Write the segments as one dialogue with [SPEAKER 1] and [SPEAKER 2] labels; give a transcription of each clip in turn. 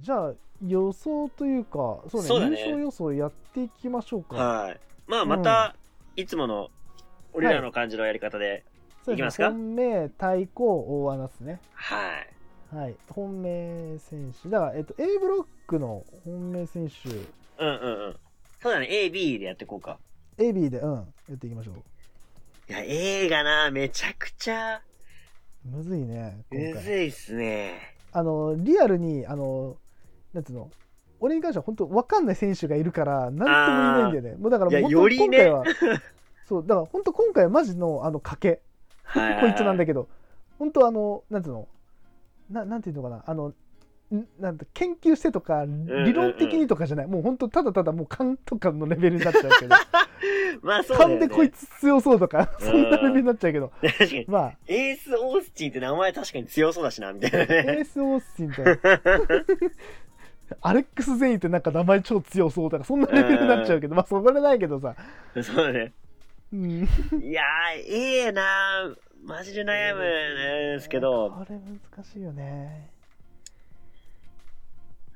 [SPEAKER 1] じゃあ予想というかそうね
[SPEAKER 2] そうだね
[SPEAKER 1] 優勝予想やっていきましょうか、
[SPEAKER 2] はい。まあ、また、いつもの、俺らの感じのやり方で、
[SPEAKER 1] そうで
[SPEAKER 2] いきますか
[SPEAKER 1] 本命対抗大穴ですね
[SPEAKER 2] はい。
[SPEAKER 1] はい本命選手だから、えっと、A ブロックの本命選手
[SPEAKER 2] うんうんうん。そうだね、A、B でやっていこうか。
[SPEAKER 1] AB でうんやっていきましょう
[SPEAKER 2] いや、A がな、めちゃくちゃ、
[SPEAKER 1] むずいね今
[SPEAKER 2] むず
[SPEAKER 1] 回
[SPEAKER 2] いっすね。
[SPEAKER 1] あのリアルにあのなんつうの俺に関しては本当分かんない選手がいるから何とも言えないんだよねもうだから
[SPEAKER 2] いや
[SPEAKER 1] 本
[SPEAKER 2] よ
[SPEAKER 1] 当に
[SPEAKER 2] り
[SPEAKER 1] 今
[SPEAKER 2] ね
[SPEAKER 1] 回は、そうだから本当今回はマジのあの賭け
[SPEAKER 2] はい
[SPEAKER 1] こいつなんだ
[SPEAKER 2] け
[SPEAKER 1] けど、本当あの、なんつうの、ななんていうのかな、あの、んなんて研究してとか、
[SPEAKER 2] うん
[SPEAKER 1] 理論的にとかじゃない、もう本当、ただただもう勘とかのレベルになっちゃ うけど、
[SPEAKER 2] ど。まあ、そうだよ
[SPEAKER 1] 勘
[SPEAKER 2] ね
[SPEAKER 1] でこいつ強そうとか、
[SPEAKER 2] うん
[SPEAKER 1] そんなレベルになっちゃうけど、
[SPEAKER 2] 確かに。
[SPEAKER 1] まあ、
[SPEAKER 2] エース・オースティンって名前確かに強そうだしな、みたいな
[SPEAKER 1] エ
[SPEAKER 2] ね。
[SPEAKER 1] ース・オースティンとアレックス・ゼインってなんか名前超強そうとか、そんなレベルになっちゃうけど、まあ、そこでないけどさ、
[SPEAKER 2] そうだね。
[SPEAKER 1] うん、
[SPEAKER 2] いやー、A な、マジで悩むんですけど、
[SPEAKER 1] これ難しいよね。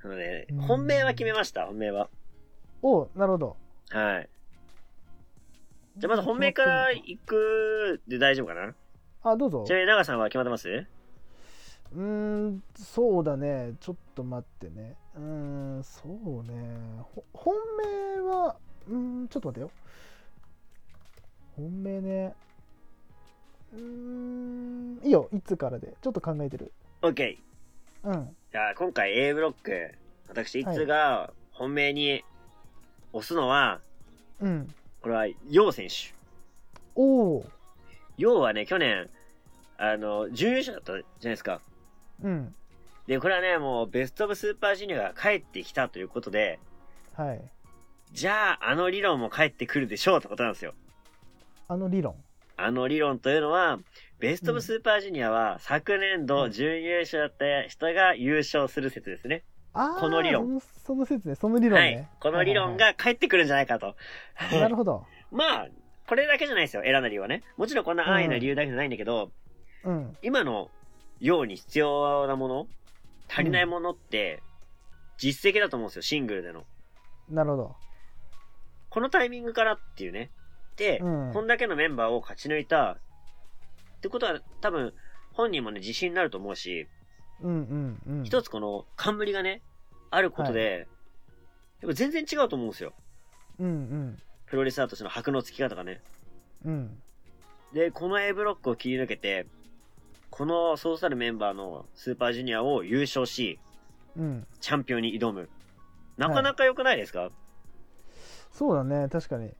[SPEAKER 2] あのね
[SPEAKER 1] うん、
[SPEAKER 2] 本命は決めました、本命は。
[SPEAKER 1] おなるほど。
[SPEAKER 2] はい。じゃあまず本命から行くで大丈夫かな
[SPEAKER 1] あ、どうぞ
[SPEAKER 2] ち。なみに長さんは決まってます
[SPEAKER 1] うーんそうだねちょっと待ってねうーんそうねほ本命はうーんちょっと待ってよ本命ねうーんいいよいつからでちょっと考えてる
[SPEAKER 2] ?OK。
[SPEAKER 1] うん
[SPEAKER 2] じゃあ今回 A ブロック、私、いつが本命に押すのは、
[SPEAKER 1] うん
[SPEAKER 2] これは、ヨウ選手。
[SPEAKER 1] おお
[SPEAKER 2] ヨウはね、去年、あの、準優勝だったじゃないですか。
[SPEAKER 1] うん
[SPEAKER 2] で、これはね、もう、ベストオブスーパージュニアが帰ってきたということで、
[SPEAKER 1] はい
[SPEAKER 2] じゃあ、あの理論も帰ってくるでしょうってことなんですよ。
[SPEAKER 1] あの理論
[SPEAKER 2] あの理論というのは、ベストオブスーパージュニアは、昨年度準優勝だった人が優勝する説ですね。
[SPEAKER 1] ああ
[SPEAKER 2] この理論
[SPEAKER 1] その説ねその理論ね、
[SPEAKER 2] はい。この理論
[SPEAKER 1] は
[SPEAKER 2] が帰ってくるんじゃないかと。
[SPEAKER 1] いはいはいなるほど
[SPEAKER 2] まあ、これだけじゃないですよ、選んだ理由はね。もちろんこんな安易な理由だけじゃないんだけど、
[SPEAKER 1] うん
[SPEAKER 2] 今のように必要なもの、足りないものって、実績だと思うんですよ、シングルでの。
[SPEAKER 1] なるほど
[SPEAKER 2] このタイミングからっていうね。で、
[SPEAKER 1] うん
[SPEAKER 2] こんだけのメンバーを勝ち抜いた、ってことは多分、本人もね、自信になると思うし、
[SPEAKER 1] うんうんうん
[SPEAKER 2] 一つこの冠がね、あることで、やっぱ全然違うと思うんですよ。
[SPEAKER 1] うん
[SPEAKER 2] プロレスラーとしての箔の付き方がね。
[SPEAKER 1] うんうん
[SPEAKER 2] で、この A ブロックを切り抜けて、このそうさるメンバーのスーパージュニアを優勝し、
[SPEAKER 1] うん
[SPEAKER 2] チャンピオンに挑む。なかなか良くないですか、
[SPEAKER 1] そうだね確かに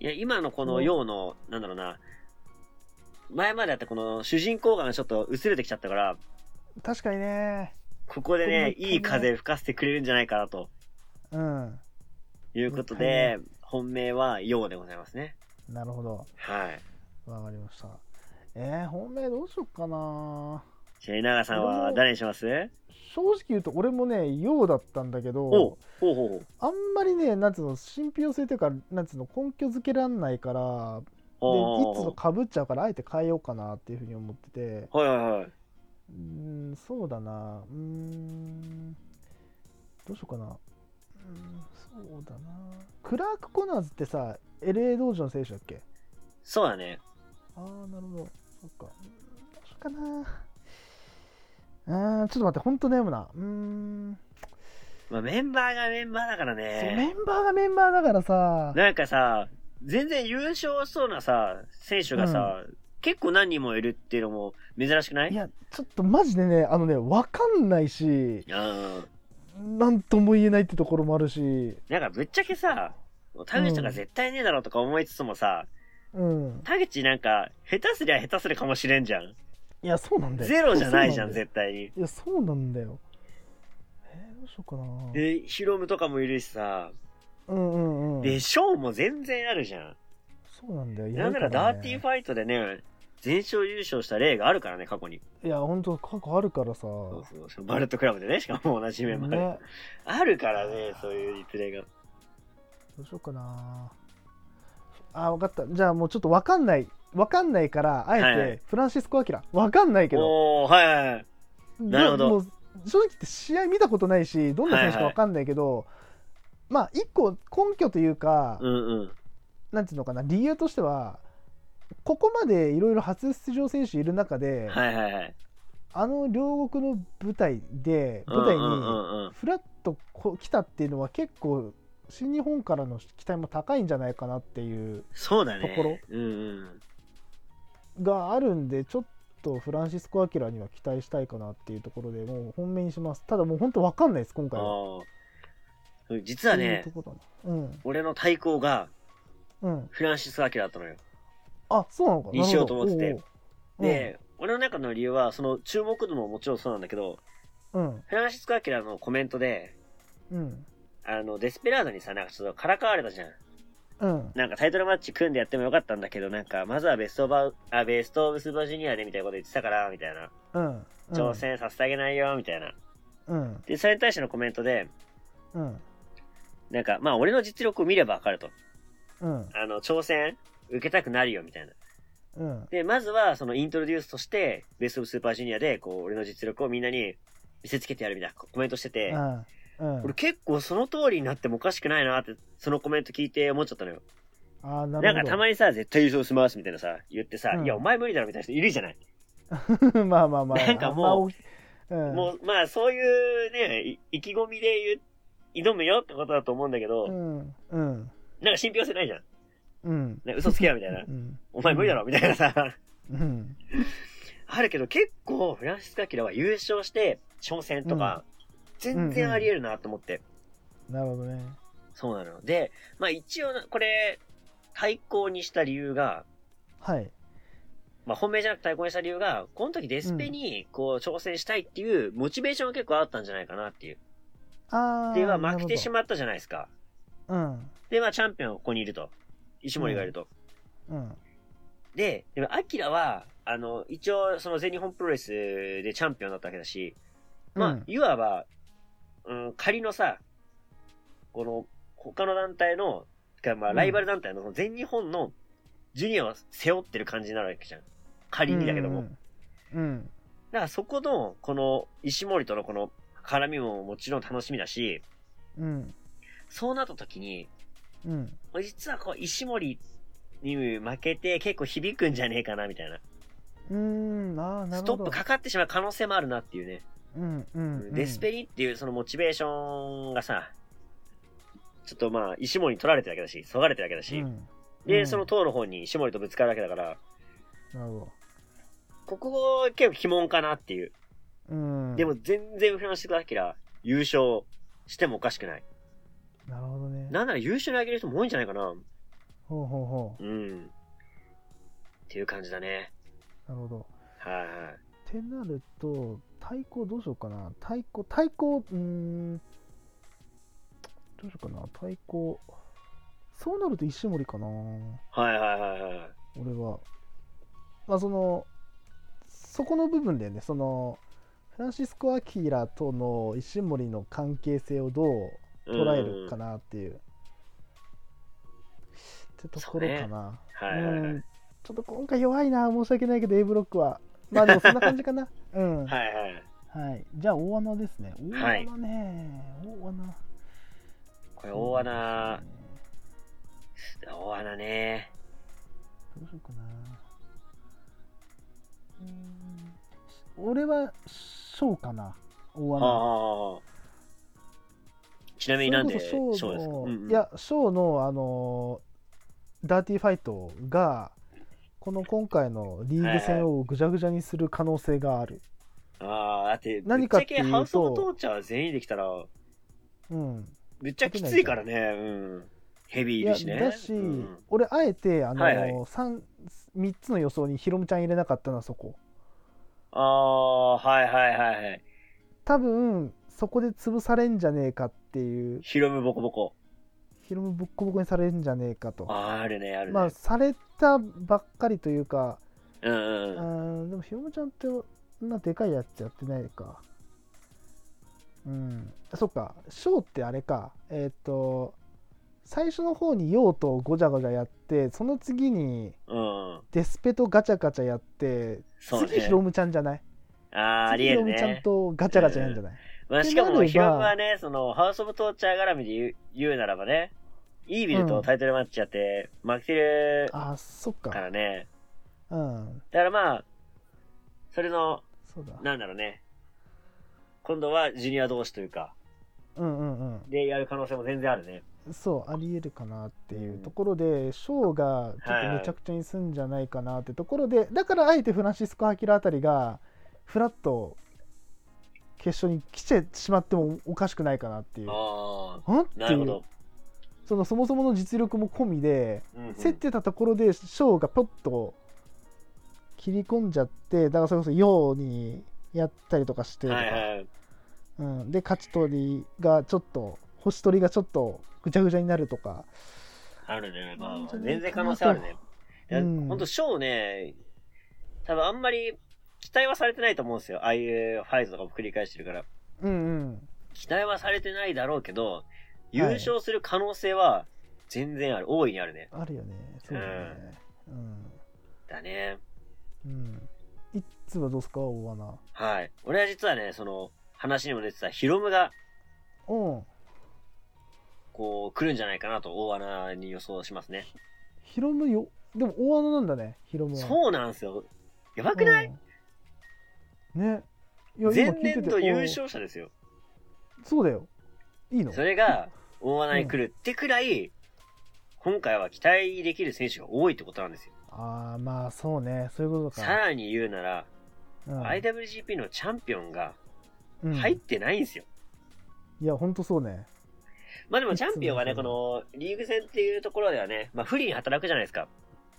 [SPEAKER 2] い、や、今のこのようの、なんだろうな、前まであったこの主人公がちょっと薄れてきちゃったから、
[SPEAKER 1] 確かにね
[SPEAKER 2] ここでね、
[SPEAKER 1] こんな感じね
[SPEAKER 2] いい風吹かせてくれるんじゃないかなと
[SPEAKER 1] うん、
[SPEAKER 2] いうこと
[SPEAKER 1] もったい
[SPEAKER 2] で、本命はようでございますね。
[SPEAKER 1] なるほど。
[SPEAKER 2] はい。
[SPEAKER 1] わかりました。えー、本命どうしよっかな。
[SPEAKER 2] ちなみに長さんは誰にします
[SPEAKER 1] 正直言うと、俺もね、ようだったんだけ
[SPEAKER 2] お
[SPEAKER 1] ど、
[SPEAKER 2] ほうほうほう。
[SPEAKER 1] あんまりね、なんつうの、信憑性というか、なんつうの、根拠づけらんないから、でいつ
[SPEAKER 2] お
[SPEAKER 1] とかぶっちゃうから、あえて変えようかなっていうふうに思ってて、
[SPEAKER 2] はいはいはい。
[SPEAKER 1] うーん、そうだな、うーん、どうしようかな。うーん、そうだな。クラーク・コナーズってさ、LA 道場の選手だっけ
[SPEAKER 2] そうだね。
[SPEAKER 1] ああ、なるほど。そっか。うーんどうしようかな。うーん、ちょっと待って、ほんと悩むな。うーん、
[SPEAKER 2] まあ、メンバーがメンバーだから
[SPEAKER 1] そう、メ
[SPEAKER 2] ね。
[SPEAKER 1] ンバーがメンバーだからさ、
[SPEAKER 2] なんかさ、全然優勝しそうなさ、選手がさ、結構何人もいるっていうのも珍しくない
[SPEAKER 1] いや、ちょっとマジでね、あのね、わかんないし、
[SPEAKER 2] うん。
[SPEAKER 1] なんとも言えないってところもあるし、
[SPEAKER 2] なんかぶっちゃけさ、田口とか絶対ねえだろうとか思いつつもさ、
[SPEAKER 1] うん。
[SPEAKER 2] 田口なんか、下手すりゃ下手するかもしれんじゃん。
[SPEAKER 1] いや、そうなんだよ。
[SPEAKER 2] ゼロじゃないじゃ
[SPEAKER 1] そうな
[SPEAKER 2] ん、
[SPEAKER 1] だよ
[SPEAKER 2] 絶対に。
[SPEAKER 1] いや、そうなんだよ。えー、どうしようかな。
[SPEAKER 2] で、ヒロムとかもいるしさ、
[SPEAKER 1] うんうんうん。
[SPEAKER 2] で、ショーも全然あるじゃん。
[SPEAKER 1] そうなんだよ。
[SPEAKER 2] なんなら
[SPEAKER 1] やるから
[SPEAKER 2] ダ
[SPEAKER 1] ね
[SPEAKER 2] ーティーファイトでね、全勝優勝した例があるからね、過去に。
[SPEAKER 1] いや、ほんと、過去あるからさ。
[SPEAKER 2] そうそうそう。バレットクラブでね、しかも同じメンバーで。
[SPEAKER 1] ね
[SPEAKER 2] あるからね、そういう実例が。
[SPEAKER 1] どうしようかなあ分かったじゃあもうちょっと分かんない分かんないからあえて、
[SPEAKER 2] はいはい
[SPEAKER 1] フランシスコ・アキラ分かんないけど
[SPEAKER 2] おー、はいはいはい。なるほど
[SPEAKER 1] もう正直言って試合見たことないしどんな選手
[SPEAKER 2] はい
[SPEAKER 1] か
[SPEAKER 2] はい
[SPEAKER 1] 分かんないけど、まあ一個根拠というか、
[SPEAKER 2] うんうん。
[SPEAKER 1] なんていうのかな理由としてはここまでいろいろ初出場選手いる中で、
[SPEAKER 2] はいはいはい。
[SPEAKER 1] あの両国の舞台で舞台
[SPEAKER 2] うんうんう
[SPEAKER 1] に
[SPEAKER 2] んうん。
[SPEAKER 1] フラッとこ来たっていうのは結構新日本からの期待も高いんじゃないかなっていう
[SPEAKER 2] そうだね。
[SPEAKER 1] ところ
[SPEAKER 2] うんうん。
[SPEAKER 1] があるんでちょっとフランシスコ・アキラには期待したいかなっていうところでもう本命にしますただもう本当わかんないです今
[SPEAKER 2] あ
[SPEAKER 1] 回は
[SPEAKER 2] あ。実は
[SPEAKER 1] って
[SPEAKER 2] ね
[SPEAKER 1] い、うとこだな
[SPEAKER 2] 俺の対抗が
[SPEAKER 1] うんうん
[SPEAKER 2] フランシス・アキラだったのよ。
[SPEAKER 1] あそうなのか
[SPEAKER 2] にしようと思ってて
[SPEAKER 1] なるほどおうおう
[SPEAKER 2] で、俺の中の理由は、その注目度ももちろんそうなんだけど、
[SPEAKER 1] うん
[SPEAKER 2] フランシスコ・アキラのコメントで、
[SPEAKER 1] うん
[SPEAKER 2] あの、デスペラードにさ、なんかちょっとからかわれたじゃん。
[SPEAKER 1] うん
[SPEAKER 2] なんかタイトルマッチ組んでやってもよかったんだけど、なんか、まずはベストオブア、あ、ベストオブスーパージュニアでみたいなこと言ってたから、みたいな。
[SPEAKER 1] うん
[SPEAKER 2] 挑戦させてあげないよ、みたいな。
[SPEAKER 1] うん
[SPEAKER 2] で、それに対してのコメントで、
[SPEAKER 1] うん
[SPEAKER 2] なんか、まあ、俺の実力を見ればわかると。
[SPEAKER 1] うん
[SPEAKER 2] あの、挑戦受けたくなるよ、みたいな。
[SPEAKER 1] うん
[SPEAKER 2] で、まずは、その、イントロデュースとして、ベストオブスーパージュニアで、こう、俺の実力をみんなに見せつけてやるみたいなコメントしてて、
[SPEAKER 1] うんうん
[SPEAKER 2] 俺結構その通りになってもおかしくないなって、そのコメント聞いて思っちゃったのよ。
[SPEAKER 1] あーな
[SPEAKER 2] なんか
[SPEAKER 1] る
[SPEAKER 2] た
[SPEAKER 1] ほ
[SPEAKER 2] まにさ、絶対優勝しますみたいなさ、言ってさ、
[SPEAKER 1] うん
[SPEAKER 2] いや、お前無理だろみたいな人いるじゃない。
[SPEAKER 1] どまあまあまあ
[SPEAKER 2] なんかも
[SPEAKER 1] う
[SPEAKER 2] もう、まあそういうね、い意気込みで言う、挑むよってことだと思うんだけど、
[SPEAKER 1] うんうん
[SPEAKER 2] なんか信憑性ないじゃん。
[SPEAKER 1] うん
[SPEAKER 2] ね、嘘つけよみたいな
[SPEAKER 1] う。ん
[SPEAKER 2] お前無理だろみたいなさ、
[SPEAKER 1] うん
[SPEAKER 2] あるけど結構フランシスカキラは優勝して、挑戦とか、全然あり得るなと思って。
[SPEAKER 1] なるほどね
[SPEAKER 2] そうなの。で、まあ一応な、これ、対抗にした理由が、
[SPEAKER 1] はい
[SPEAKER 2] まあ、本命じゃなく対抗にした理由が、この時デスペに、こう、挑戦したいっていう、モチベーションが結構あったんじゃないかなっていう。
[SPEAKER 1] ああ
[SPEAKER 2] で、まあ、負けてし
[SPEAKER 1] ま
[SPEAKER 2] まったじゃないですか。
[SPEAKER 1] うん
[SPEAKER 2] で、まあ、チャンピオンはここにいると。石森がいると。
[SPEAKER 1] うん
[SPEAKER 2] で、でも、アキラは、あの、一応、その全日本プロレスでチャンピオンだったわけだし、まあ、
[SPEAKER 1] うん
[SPEAKER 2] いわば、うん、仮のさ、この、他の団体の、てかまあ、
[SPEAKER 1] うん
[SPEAKER 2] ライバル団体のその全日本のジュニアを背負ってる感じになるわけじゃん。仮にだけども。
[SPEAKER 1] うんうん
[SPEAKER 2] だからそこの、この、石森とのこの、絡みももちろん楽しみだし、
[SPEAKER 1] うん
[SPEAKER 2] そうなった時に、
[SPEAKER 1] うん
[SPEAKER 2] 実はこう、石森に負けて結構響くんじゃねえかな、みたいな。
[SPEAKER 1] うんあーな
[SPEAKER 2] ス
[SPEAKER 1] る
[SPEAKER 2] ト
[SPEAKER 1] ほ
[SPEAKER 2] ッ
[SPEAKER 1] ど
[SPEAKER 2] プかかってしまう可能性もあるなっていうね。
[SPEAKER 1] うんうんうん
[SPEAKER 2] デスペリっていうそのモチベーションがさ、ちょっとまあ、石森に取られてるわけだし、そがれてるわけだし、
[SPEAKER 1] うんう
[SPEAKER 2] で、
[SPEAKER 1] ん
[SPEAKER 2] その塔の方に石森とぶつかるわけだから、
[SPEAKER 1] なるほ
[SPEAKER 2] ここ結構鬼門かなっていう。
[SPEAKER 1] どうん
[SPEAKER 2] でも全然フランシスコ・アキラ、優勝してもおかしくない。
[SPEAKER 1] なるほどね
[SPEAKER 2] なんなら優勝にあげる人も多いんじゃないかな。
[SPEAKER 1] ほうほうほ
[SPEAKER 2] うん。っていう感じだね。
[SPEAKER 1] うなるほど
[SPEAKER 2] はいはい。
[SPEAKER 1] ってなると対抗どうしようかな対抗対抗うーんどうしようかな対抗そうなると石森かな
[SPEAKER 2] はいはいはいはい。
[SPEAKER 1] 俺はまあそのそこの部分だよねそのフランシスコ・アキラとの石森の関係性をどう捉えるか
[SPEAKER 2] な。
[SPEAKER 1] なっていう、ってところかな、
[SPEAKER 2] はいはいは
[SPEAKER 1] う
[SPEAKER 2] い。
[SPEAKER 1] んちょっと今回弱いな申し訳ないけど A ブロックはまあでもそんな感じかなうんはい、
[SPEAKER 2] はいはい。
[SPEAKER 1] じゃあ大穴ですね大
[SPEAKER 2] はい
[SPEAKER 1] 穴ね、大穴
[SPEAKER 2] これ大穴、大穴ね。
[SPEAKER 1] どうしようかなうん俺は翔かな大
[SPEAKER 2] は
[SPEAKER 1] 穴
[SPEAKER 2] あはあはあ。ちなみになんで、
[SPEAKER 1] それ
[SPEAKER 2] 賞
[SPEAKER 1] こそ
[SPEAKER 2] ですか
[SPEAKER 1] ショーの、
[SPEAKER 2] うんうん
[SPEAKER 1] いやショーのあのダーティーファイトがこの今回のリーグ戦をぐじゃぐじゃにする可能性がある、
[SPEAKER 2] ああ、だって、ぶっ
[SPEAKER 1] 何
[SPEAKER 2] ち
[SPEAKER 1] か
[SPEAKER 2] ゃ
[SPEAKER 1] ってい
[SPEAKER 2] け
[SPEAKER 1] うと
[SPEAKER 2] ハウスオブトーチャー全員できたら、
[SPEAKER 1] うん
[SPEAKER 2] ぶっちゃきついからね。うん。ヘビー
[SPEAKER 1] い
[SPEAKER 2] い
[SPEAKER 1] や
[SPEAKER 2] るしね。
[SPEAKER 1] だし、
[SPEAKER 2] うん
[SPEAKER 1] 俺あえてあの、
[SPEAKER 2] はいはい
[SPEAKER 1] 三三 3, つの予想にヒロムちゃん入れなかったのはそこ
[SPEAKER 2] ああ、はいはいはいはい。
[SPEAKER 1] 多分そこで潰されんじゃねえかっていう
[SPEAKER 2] ヒロムボコボコ。
[SPEAKER 1] ヒロムボッコボコにされるんじゃねえかと
[SPEAKER 2] あーあるね、あるね。
[SPEAKER 1] まあされたばっかりというか、
[SPEAKER 2] うんうん
[SPEAKER 1] う
[SPEAKER 2] うん。
[SPEAKER 1] ん、でもひろむちゃんってそんなでかいやつやってないかうんそっかショーってあれかえっ、と最初の方に用とごちゃごちゃやってその次に
[SPEAKER 2] うんうん。
[SPEAKER 1] デスペとガチャガチャやって
[SPEAKER 2] そうね。
[SPEAKER 1] 次ひろむちゃんじゃない
[SPEAKER 2] あー、ありえるね。
[SPEAKER 1] ちゃんとガチャガチャやんじゃない、
[SPEAKER 2] まあ、
[SPEAKER 1] って
[SPEAKER 2] しか
[SPEAKER 1] なれ
[SPEAKER 2] も、
[SPEAKER 1] ば
[SPEAKER 2] ヒロムはね、その、ハウス・オブ・トーチャー絡みで言う言うならばね、イービルとタイトルマッチやって、負けてる
[SPEAKER 1] あ、そっ
[SPEAKER 2] か
[SPEAKER 1] か。
[SPEAKER 2] らね。
[SPEAKER 1] うん。
[SPEAKER 2] だからまあ、それの、
[SPEAKER 1] そうだ。
[SPEAKER 2] なんだろうね。今度はジュニア同士というか、
[SPEAKER 1] うんうん
[SPEAKER 2] でやる可能性も全然あるね。
[SPEAKER 1] うん。そう、ありえるかなっていうところで、ショーがちょっとめちゃくちゃにすんじゃないかなってところで、だからあえてフランシスコ・ハキラあたりが、フラッと決勝に来てしまってもおかしくないかなっていう。
[SPEAKER 2] あ
[SPEAKER 1] んっ
[SPEAKER 2] あ、
[SPEAKER 1] て
[SPEAKER 2] なる
[SPEAKER 1] い
[SPEAKER 2] ほ
[SPEAKER 1] う
[SPEAKER 2] ど。
[SPEAKER 1] そのそもそもの実力も込みで、
[SPEAKER 2] うんうん
[SPEAKER 1] 競ってたところでショーがポッと切り込んじゃってだからそれこそようにやったりとかしてとか、
[SPEAKER 2] はいはい。
[SPEAKER 1] うん、で勝ち取りがちょっと星取りがちょっとぐちゃぐちゃになるとか
[SPEAKER 2] あるね。まあ
[SPEAKER 1] なんじゃ、ないかなと
[SPEAKER 2] 全然可能性あるね。いや、
[SPEAKER 1] うん
[SPEAKER 2] ほんと、ショーね、多分あんまり期待はされてないと思うんですよ。ああいうファイトとかも繰り返してるから。
[SPEAKER 1] うん
[SPEAKER 2] 期待はされてないだろうけど、
[SPEAKER 1] い
[SPEAKER 2] 優勝する可能性は全然ある。大いにあるね。
[SPEAKER 1] うんあるよねそうだよね
[SPEAKER 2] だね。
[SPEAKER 1] うん、うん、いっつはどうすか大穴
[SPEAKER 2] はい。俺は実はね、その、話にも出てたヒロムが、
[SPEAKER 1] うん
[SPEAKER 2] こう、来るんじゃないかなと、大穴に予想しますね。
[SPEAKER 1] ヒロムよでも大穴なんだねヒロムは
[SPEAKER 2] そうなんですよ。やばくない、
[SPEAKER 1] うんねいや今聞
[SPEAKER 2] 前
[SPEAKER 1] いて
[SPEAKER 2] 年度
[SPEAKER 1] て
[SPEAKER 2] 優勝者ですよ。
[SPEAKER 1] うんそうだよいいの
[SPEAKER 2] それが、大穴に来るってくらい、今回は期待できる選手が多いってことなんですよ。
[SPEAKER 1] ああまあそうねそういうことか
[SPEAKER 2] さらに言うなら、
[SPEAKER 1] うん、
[SPEAKER 2] IWGP のチャンピオンが
[SPEAKER 1] うん
[SPEAKER 2] 入ってないんですよ。
[SPEAKER 1] いや、ほんとそうね。
[SPEAKER 2] まあでもチャンピオンはね、
[SPEAKER 1] いつ
[SPEAKER 2] こ
[SPEAKER 1] も
[SPEAKER 2] のリーグ戦っていうところではね、まあ不利に働くじゃないですか。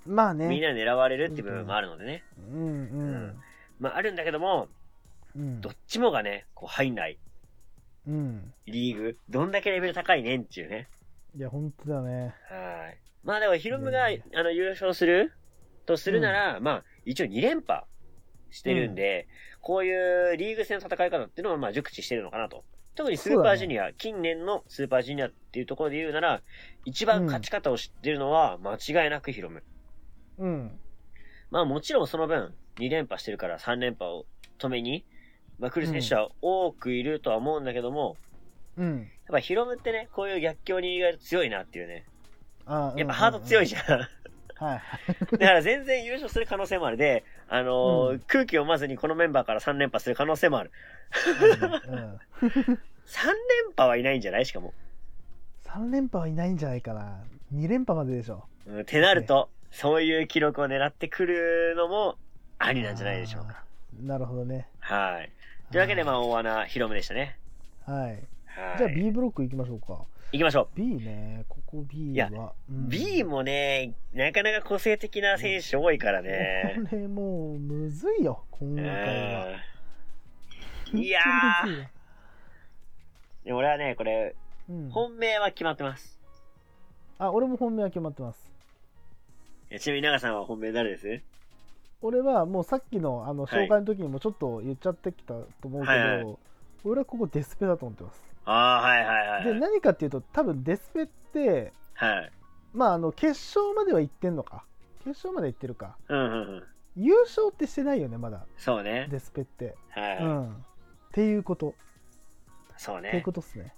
[SPEAKER 1] まあね。
[SPEAKER 2] みんなに狙われるっていう部分もあるのでね。
[SPEAKER 1] うんうん。
[SPEAKER 2] まああるんだけども、
[SPEAKER 1] うん。
[SPEAKER 2] どっちもがね、こう入んない
[SPEAKER 1] うん。
[SPEAKER 2] リーグ、どんだけレベル高いねんっていうね。
[SPEAKER 1] いや、ほんとだね。
[SPEAKER 2] はい。まあでもヒロムが、
[SPEAKER 1] いやい
[SPEAKER 2] あの優勝するとするなら、まあ一応2連覇してるんで、こういうリーグ戦の戦い方っていうのはまあ熟知してるのかなと。特にスーパージュニア、近年のスーパージュニアっていうところで言うなら、一番勝ち方を知ってるのは間違いなくヒロム。
[SPEAKER 1] うん。
[SPEAKER 2] まあもちろんその分、2連覇してるから3連覇を止めに、まあ来る選手は多くいるとは思うんだけども、
[SPEAKER 1] うん。
[SPEAKER 2] やっぱヒロムってね、こういう逆境に意外と強いなっていうね。
[SPEAKER 1] あ
[SPEAKER 2] やっぱハード強い
[SPEAKER 1] じ
[SPEAKER 2] じゃん。だ
[SPEAKER 1] ゃん。はい。
[SPEAKER 2] から全然優勝する可能性もあるで、あのー
[SPEAKER 1] うん
[SPEAKER 2] 空気をまずにこのメンバーから3連覇する可能性もある。
[SPEAKER 1] うんうん。
[SPEAKER 2] 3連覇はいないんじゃないしかも。
[SPEAKER 1] 3連覇はいないんじゃないかな。2連覇まででしょ。
[SPEAKER 2] うん、ってなると、そういう記録を狙ってくるのもありなんじゃないでしょうか。
[SPEAKER 1] あー。なるほどね。
[SPEAKER 2] はい。というわけで、まあ、大穴、ヒロムでしたね。
[SPEAKER 1] あ。はい。
[SPEAKER 2] はい。
[SPEAKER 1] じゃあ B ブロック行きましょうか。
[SPEAKER 2] 行きましょう。
[SPEAKER 1] B ね。ここ B
[SPEAKER 2] いや
[SPEAKER 1] は。
[SPEAKER 2] B
[SPEAKER 1] も。
[SPEAKER 2] もね、なかなか個性的な選手多いからね。
[SPEAKER 1] これもう、むずいよ。今回は。
[SPEAKER 2] うんいや
[SPEAKER 1] 本当にむずいわ
[SPEAKER 2] ー、でも俺はね、これ、
[SPEAKER 1] うん、
[SPEAKER 2] 本命は決まってます。
[SPEAKER 1] あ、俺も本命は決まってます。
[SPEAKER 2] えちなみに長さんは本命誰です
[SPEAKER 1] 俺はもうさっきのあの
[SPEAKER 2] はい
[SPEAKER 1] 紹介の時にもちょっと言っちゃってきたと思うけど、
[SPEAKER 2] はいはい
[SPEAKER 1] 俺はここデスペだと思ってます、
[SPEAKER 2] ああ、はいはいはい
[SPEAKER 1] で何かっていうと多分デスペって
[SPEAKER 2] はい。はい。
[SPEAKER 1] まああの決勝までは行ってんのか決勝まで行ってるか
[SPEAKER 2] うんうんうん。
[SPEAKER 1] 優勝ってしてないよねまだ
[SPEAKER 2] そうね。
[SPEAKER 1] デスペって、
[SPEAKER 2] はい、
[SPEAKER 1] うんっていうこと
[SPEAKER 2] そう
[SPEAKER 1] っていう
[SPEAKER 2] ね。
[SPEAKER 1] ことっすね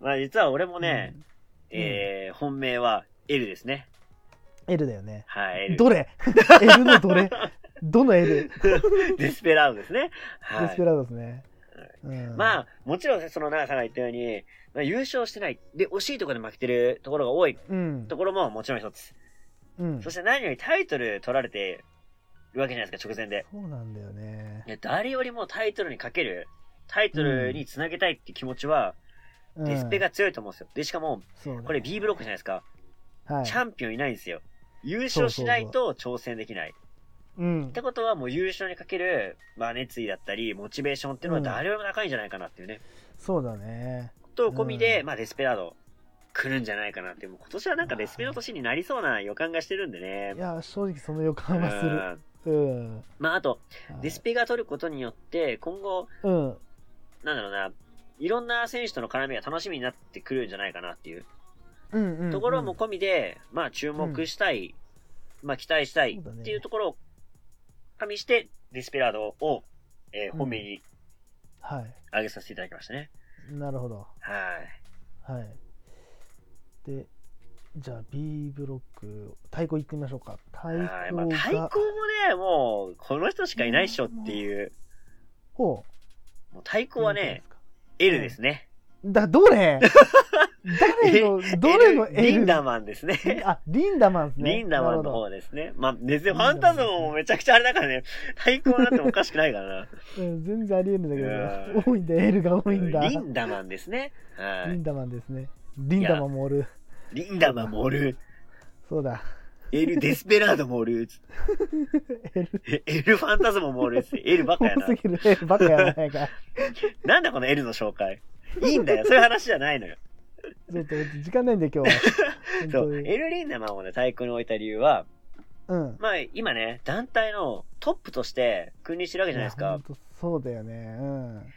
[SPEAKER 2] まあ実は俺もね、、えー本命は L ですね。
[SPEAKER 1] うん L だよね
[SPEAKER 2] はい、L。
[SPEAKER 1] ど れ L のどれどの L、
[SPEAKER 2] デスペラードですね。は
[SPEAKER 1] デスペ
[SPEAKER 2] い。
[SPEAKER 1] ラードですね、うん、
[SPEAKER 2] まあ、もちろんその長さんが言ったように、まあ、優勝してない。で、惜しいところで負けてるところが多い
[SPEAKER 1] うん
[SPEAKER 2] ところももちろん一つ。
[SPEAKER 1] うん
[SPEAKER 2] そして何よりタイトル取られてるわけじゃないですか、直前で。
[SPEAKER 1] そうなんだよね、
[SPEAKER 2] で誰よりもタイトルにかける、タイトルにつなげたいって気持ちは、
[SPEAKER 1] うん
[SPEAKER 2] デスペが強いと思うんですよ。で、しかも、
[SPEAKER 1] そうだ
[SPEAKER 2] これ B ブロックじゃないですか。
[SPEAKER 1] はい
[SPEAKER 2] チャンピオンいないんですよ。優勝しないと挑戦できない。
[SPEAKER 1] うん
[SPEAKER 2] ってことはもう優勝にかける、まあ、熱意だったり、モチベーションっていうのは誰よりも高いんじゃないかなっていうね。
[SPEAKER 1] そうだね。
[SPEAKER 2] と、込みで、
[SPEAKER 1] うん
[SPEAKER 2] まあ、デスペラード来るんじゃないかなって。もう今年はなんかデスペの年になりそうな予感がしてるんでね
[SPEAKER 1] い。や、正直その予感はする。
[SPEAKER 2] うん
[SPEAKER 1] うん。
[SPEAKER 2] まあ、あと、
[SPEAKER 1] はい
[SPEAKER 2] デスペが取ることによって、今後、
[SPEAKER 1] うん。
[SPEAKER 2] なんだろうな、いろんな選手との絡みが楽しみになってくるんじゃないかなっていう
[SPEAKER 1] うんうん。
[SPEAKER 2] ところも込みで、まあ注目したい、まあ期待したい
[SPEAKER 1] そうだね
[SPEAKER 2] っていうところを加味して、ディスペラードをえー、
[SPEAKER 1] うん
[SPEAKER 2] 本命に
[SPEAKER 1] はい。
[SPEAKER 2] 挙げさせていただきましたね。
[SPEAKER 1] なるほど。
[SPEAKER 2] はい。
[SPEAKER 1] はい。で、じゃあ B ブロック、太鼓行ってみましょうか。太鼓
[SPEAKER 2] はい。ま
[SPEAKER 1] が、
[SPEAKER 2] あ、対抗もね、もう、この人しかいないっしょっていう、
[SPEAKER 1] ほう。
[SPEAKER 2] もう対抗は
[SPEAKER 1] どうで
[SPEAKER 2] ね
[SPEAKER 1] す、か
[SPEAKER 2] L ですね。
[SPEAKER 1] だ、ど れ誰の、どれの L?
[SPEAKER 2] リンダマンですね。
[SPEAKER 1] あ、リンダマンですね。
[SPEAKER 2] リンダマンの
[SPEAKER 1] なる
[SPEAKER 2] 方ですね。まあ、別にファンタズムもめちゃくちゃあれだからね、対抗になってもおかしくないから な。
[SPEAKER 1] ほどうん全然ありえんだけど
[SPEAKER 2] うん
[SPEAKER 1] ね。多いんだ、L が多いんだ。
[SPEAKER 2] リンダマンですね。は
[SPEAKER 1] リ
[SPEAKER 2] い。
[SPEAKER 1] ンダマンですね。リンダマンもおる。
[SPEAKER 2] リンダマンもおる。
[SPEAKER 1] そうだ。
[SPEAKER 2] エル・デスペラードもおる。
[SPEAKER 1] L
[SPEAKER 2] えエル・ファンタズムもおるっす。エルばっかやな
[SPEAKER 1] 多す。ぎる。L バカやないか。
[SPEAKER 2] なんだこのエルの紹介。いいんだよ。そういう話じゃないのよ。
[SPEAKER 1] ちょっと時間ないんで今日 は。 本
[SPEAKER 2] そ
[SPEAKER 1] 当
[SPEAKER 2] う。
[SPEAKER 1] に。
[SPEAKER 2] エル・リンダマンをね、対空に置いた理由は、
[SPEAKER 1] うん。
[SPEAKER 2] まあ、今ね、団体のトップとして君臨してるわけじゃないです
[SPEAKER 1] や
[SPEAKER 2] か
[SPEAKER 1] 本。当そうだよね。うん。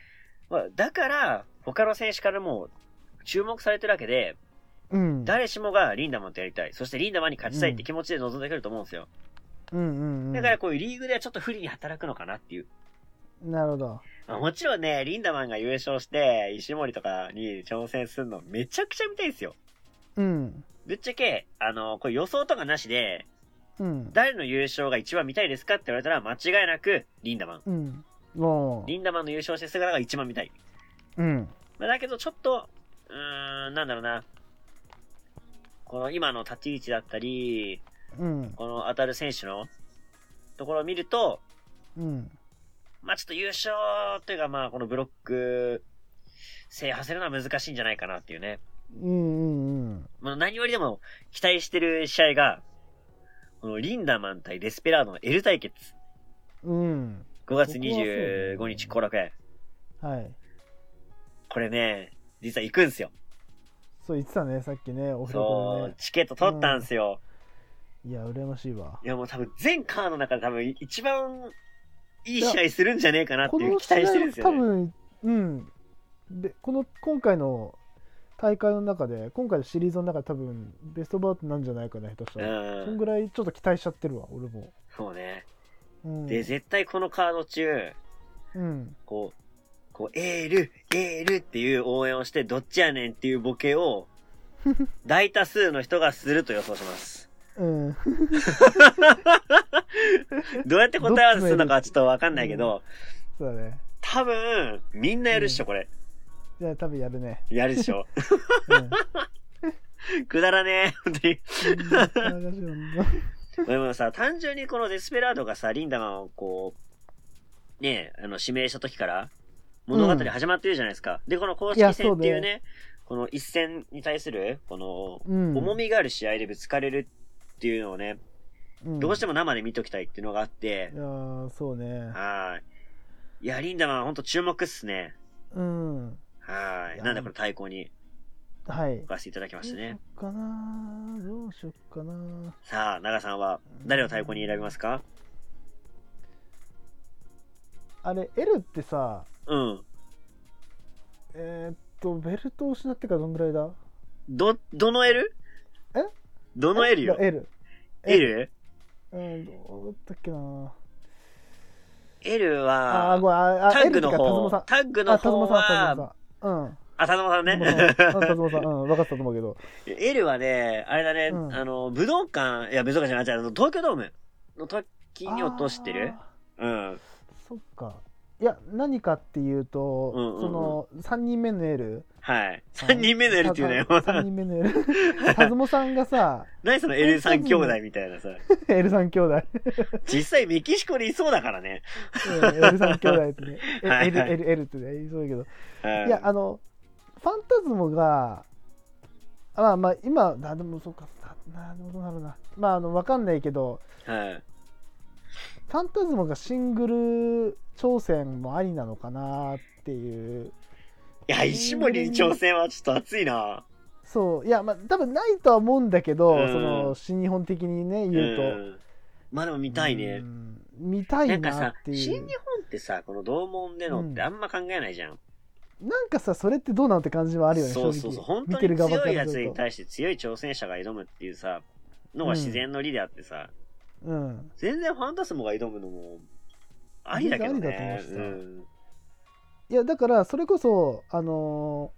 [SPEAKER 2] まあ、だから、他の選手からも注目されてるわけで、
[SPEAKER 1] うん。
[SPEAKER 2] 誰しもがリンダマンとやりたい。そしてリンダマンに勝ちたいって気持ちで臨んでくると思うんですよ。
[SPEAKER 1] うんうんうん。
[SPEAKER 2] だからこういうリーグではちょっと不利に働くのかなっていう。
[SPEAKER 1] なるほど。
[SPEAKER 2] まあもちろんね、リンダマンが優勝して、石森とかに挑戦するのめちゃくちゃ見たいですよ。
[SPEAKER 1] うん。
[SPEAKER 2] ぶっちゃけ、あの、これ予想とかなしで、
[SPEAKER 1] うん。
[SPEAKER 2] 誰の優勝が一番見たいですかって言われたら間違いなく、リンダマン。
[SPEAKER 1] うん。も
[SPEAKER 2] リンダマンの優勝してる姿が一番見たい。
[SPEAKER 1] う。うん。
[SPEAKER 2] まあだけどちょっと、うーん、なんだろうな。この今の立ち位置だったり、
[SPEAKER 1] うん。
[SPEAKER 2] この当たる選手のところを見ると、
[SPEAKER 1] うん。
[SPEAKER 2] まあちょっと優勝というかまあこのブロック制覇するのは難しいんじゃないかなっていうね。
[SPEAKER 1] うんうんうん。
[SPEAKER 2] まあ何よりでも期待してる試合が、このリンダマン対デスペラードの L 対決。
[SPEAKER 1] うん。ここ
[SPEAKER 2] 5月
[SPEAKER 1] はそうだね
[SPEAKER 2] 25日後楽園。
[SPEAKER 1] はい。
[SPEAKER 2] これね、実は行くんすよ。
[SPEAKER 1] そう言ってたね、さっきね、お風呂
[SPEAKER 2] そ
[SPEAKER 1] 場
[SPEAKER 2] う
[SPEAKER 1] で、
[SPEAKER 2] チケット取ったんすよ。
[SPEAKER 1] ね。いや、羨ましいわ。
[SPEAKER 2] いやもう多分全カードの中で多分一番いい試合するんじゃねえかなって
[SPEAKER 1] こ
[SPEAKER 2] いう
[SPEAKER 1] の
[SPEAKER 2] 期
[SPEAKER 1] 試
[SPEAKER 2] 待してるん
[SPEAKER 1] 合、
[SPEAKER 2] です
[SPEAKER 1] 多
[SPEAKER 2] よ、ね。
[SPEAKER 1] 分、うん。で、この、今回の大会の中で、今回のシリーズの中で多分、ベストバウトなんじゃないかな、下手したら。そ
[SPEAKER 2] うんん。
[SPEAKER 1] ぐらいちょっと期待しちゃってるわ、俺も。
[SPEAKER 2] そうね。
[SPEAKER 1] うん。
[SPEAKER 2] で、絶対このカード中、
[SPEAKER 1] うん。
[SPEAKER 2] こう、こう、エール、エールっていう応援をして、どっちやねんっていうボ ケを、大多数の人がすると予想します。
[SPEAKER 1] うん。
[SPEAKER 2] どうやって答え合わせするのかはちょっとわかんないけど、
[SPEAKER 1] そうだね。
[SPEAKER 2] 多分、みんなやるっしょ、これ。
[SPEAKER 1] じゃあ、多分やるね。
[SPEAKER 2] やるっしょ。
[SPEAKER 1] うん。
[SPEAKER 2] くだらねえ、 本当に。
[SPEAKER 1] う
[SPEAKER 2] でもさ、単純にこのデスペラードがさ、リンダマンをこう、ねえ、あの、指名した時から、物語始まってるじゃないですか。で、この公
[SPEAKER 1] い
[SPEAKER 2] 式
[SPEAKER 1] やそ
[SPEAKER 2] 戦
[SPEAKER 1] う
[SPEAKER 2] っ
[SPEAKER 1] ね
[SPEAKER 2] ていうね、この一戦に対する、この、
[SPEAKER 1] ん、
[SPEAKER 2] 重みがある試合でぶつかれるっていうのをね、
[SPEAKER 1] うん
[SPEAKER 2] どうして
[SPEAKER 1] も。
[SPEAKER 2] も生で見ときたいっていうのがあって
[SPEAKER 1] い、やーそうね。
[SPEAKER 2] はーい。いや、リンダマンほんと注目っすね。
[SPEAKER 1] うん。
[SPEAKER 2] はいーい。
[SPEAKER 1] や
[SPEAKER 2] なんだこれ対抗に
[SPEAKER 1] はい。
[SPEAKER 2] 置かせていただきましたね。
[SPEAKER 1] どうしよっかなどうしよっかな
[SPEAKER 2] さあ、長さんは誰を対抗に選びますか
[SPEAKER 1] あれ、L ってさ、
[SPEAKER 2] うん。
[SPEAKER 1] えーっと、ベルトを失ってからどんぐらいだ
[SPEAKER 2] ど、どの L?
[SPEAKER 1] え
[SPEAKER 2] どの L よ
[SPEAKER 1] だ ?L。
[SPEAKER 2] L?L
[SPEAKER 1] うん、どうだったっけなあー、
[SPEAKER 2] は、
[SPEAKER 1] ごめん、ああ、
[SPEAKER 2] タッグ
[SPEAKER 1] L
[SPEAKER 2] の
[SPEAKER 1] って
[SPEAKER 2] 方
[SPEAKER 1] か、、
[SPEAKER 2] タッグ
[SPEAKER 1] 田
[SPEAKER 2] の
[SPEAKER 1] 妻さん。
[SPEAKER 2] 方
[SPEAKER 1] あ、田妻さん、
[SPEAKER 2] は、あ、田沼さん
[SPEAKER 1] 田
[SPEAKER 2] ね
[SPEAKER 1] 妻。さん。うん。田妻さん、うん田妻さん、うん、分かったと思うけど。
[SPEAKER 2] L はね、あれだね、
[SPEAKER 1] うん
[SPEAKER 2] あの、武道館、いや、武道館じゃない、じゃああの東京ドームの時に落としてる
[SPEAKER 1] あー
[SPEAKER 2] うん。
[SPEAKER 1] そっか。いや、何かっていうと、
[SPEAKER 2] うんうんうん
[SPEAKER 1] その、3人目の L。
[SPEAKER 2] はい。3人目の L っていうのよ。
[SPEAKER 1] 3人目の L。カズモさんがさ、
[SPEAKER 2] 何その L3 兄弟みたいなさ。
[SPEAKER 1] L3 兄弟、
[SPEAKER 2] 実際メキシコにいそうだからね。
[SPEAKER 1] うん、L3 兄弟ってね、え
[SPEAKER 2] はいは
[SPEAKER 1] L、
[SPEAKER 2] い
[SPEAKER 1] L、L ってね、言いそうだけど。
[SPEAKER 2] うん
[SPEAKER 1] いや、あの、ファンタズムが、あまあまあ、今、あでもそうか、ななるほどなるな。まあ、あの、わかんないけど、
[SPEAKER 2] はい。
[SPEAKER 1] ファンタズムがシングル挑戦もありなのかなっていう。
[SPEAKER 2] いや、石森に挑戦はちょっと熱いな。
[SPEAKER 1] そう、いや、まあ、多分ないとは思うんだけど、
[SPEAKER 2] うん
[SPEAKER 1] その、新日本的にね、言うと。
[SPEAKER 2] ん。まあでも見たいね
[SPEAKER 1] う。ん。見た
[SPEAKER 2] ないんか
[SPEAKER 1] な
[SPEAKER 2] さ
[SPEAKER 1] っ、てい
[SPEAKER 2] 新日
[SPEAKER 1] う
[SPEAKER 2] 本。ってさ、この同門でのってあんま考えないじゃん。
[SPEAKER 1] なんかさ、それってどうなのって感じはあるよね、
[SPEAKER 2] そう
[SPEAKER 1] 正
[SPEAKER 2] そう
[SPEAKER 1] 直
[SPEAKER 2] そう。本
[SPEAKER 1] 見
[SPEAKER 2] 当
[SPEAKER 1] てる
[SPEAKER 2] に
[SPEAKER 1] 側
[SPEAKER 2] 強
[SPEAKER 1] か
[SPEAKER 2] いや
[SPEAKER 1] らす
[SPEAKER 2] つ
[SPEAKER 1] る
[SPEAKER 2] に
[SPEAKER 1] と。
[SPEAKER 2] 対して強い挑戦者が挑むっていうさ、のが自然の理であってさ、
[SPEAKER 1] うん。
[SPEAKER 2] 全然ファンタスモが挑むのも、ありだけどね。
[SPEAKER 1] 全然ありだと思う
[SPEAKER 2] うん
[SPEAKER 1] いやだからそれこそあの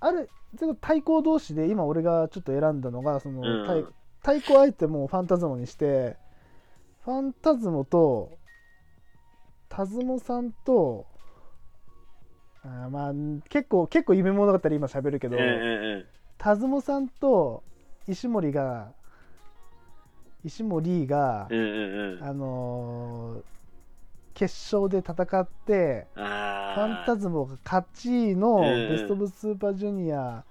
[SPEAKER 1] ーあるそれこそ対抗同士で今俺がちょっと選んだのがその、
[SPEAKER 2] うん
[SPEAKER 1] 対対抗相手もファンタズモにしてファンタズモとタズモさんとあーまあ結構結構夢物語今喋るけ
[SPEAKER 2] うん
[SPEAKER 1] ど、
[SPEAKER 2] うんうん。
[SPEAKER 1] タズモさんと石森が石森が、
[SPEAKER 2] うんうんうん。
[SPEAKER 1] あのー決勝で戦ってファン
[SPEAKER 2] あ
[SPEAKER 1] タ
[SPEAKER 2] あ。
[SPEAKER 1] ズモが勝ちの
[SPEAKER 2] うん
[SPEAKER 1] ベスト・オブ・スーパージュニア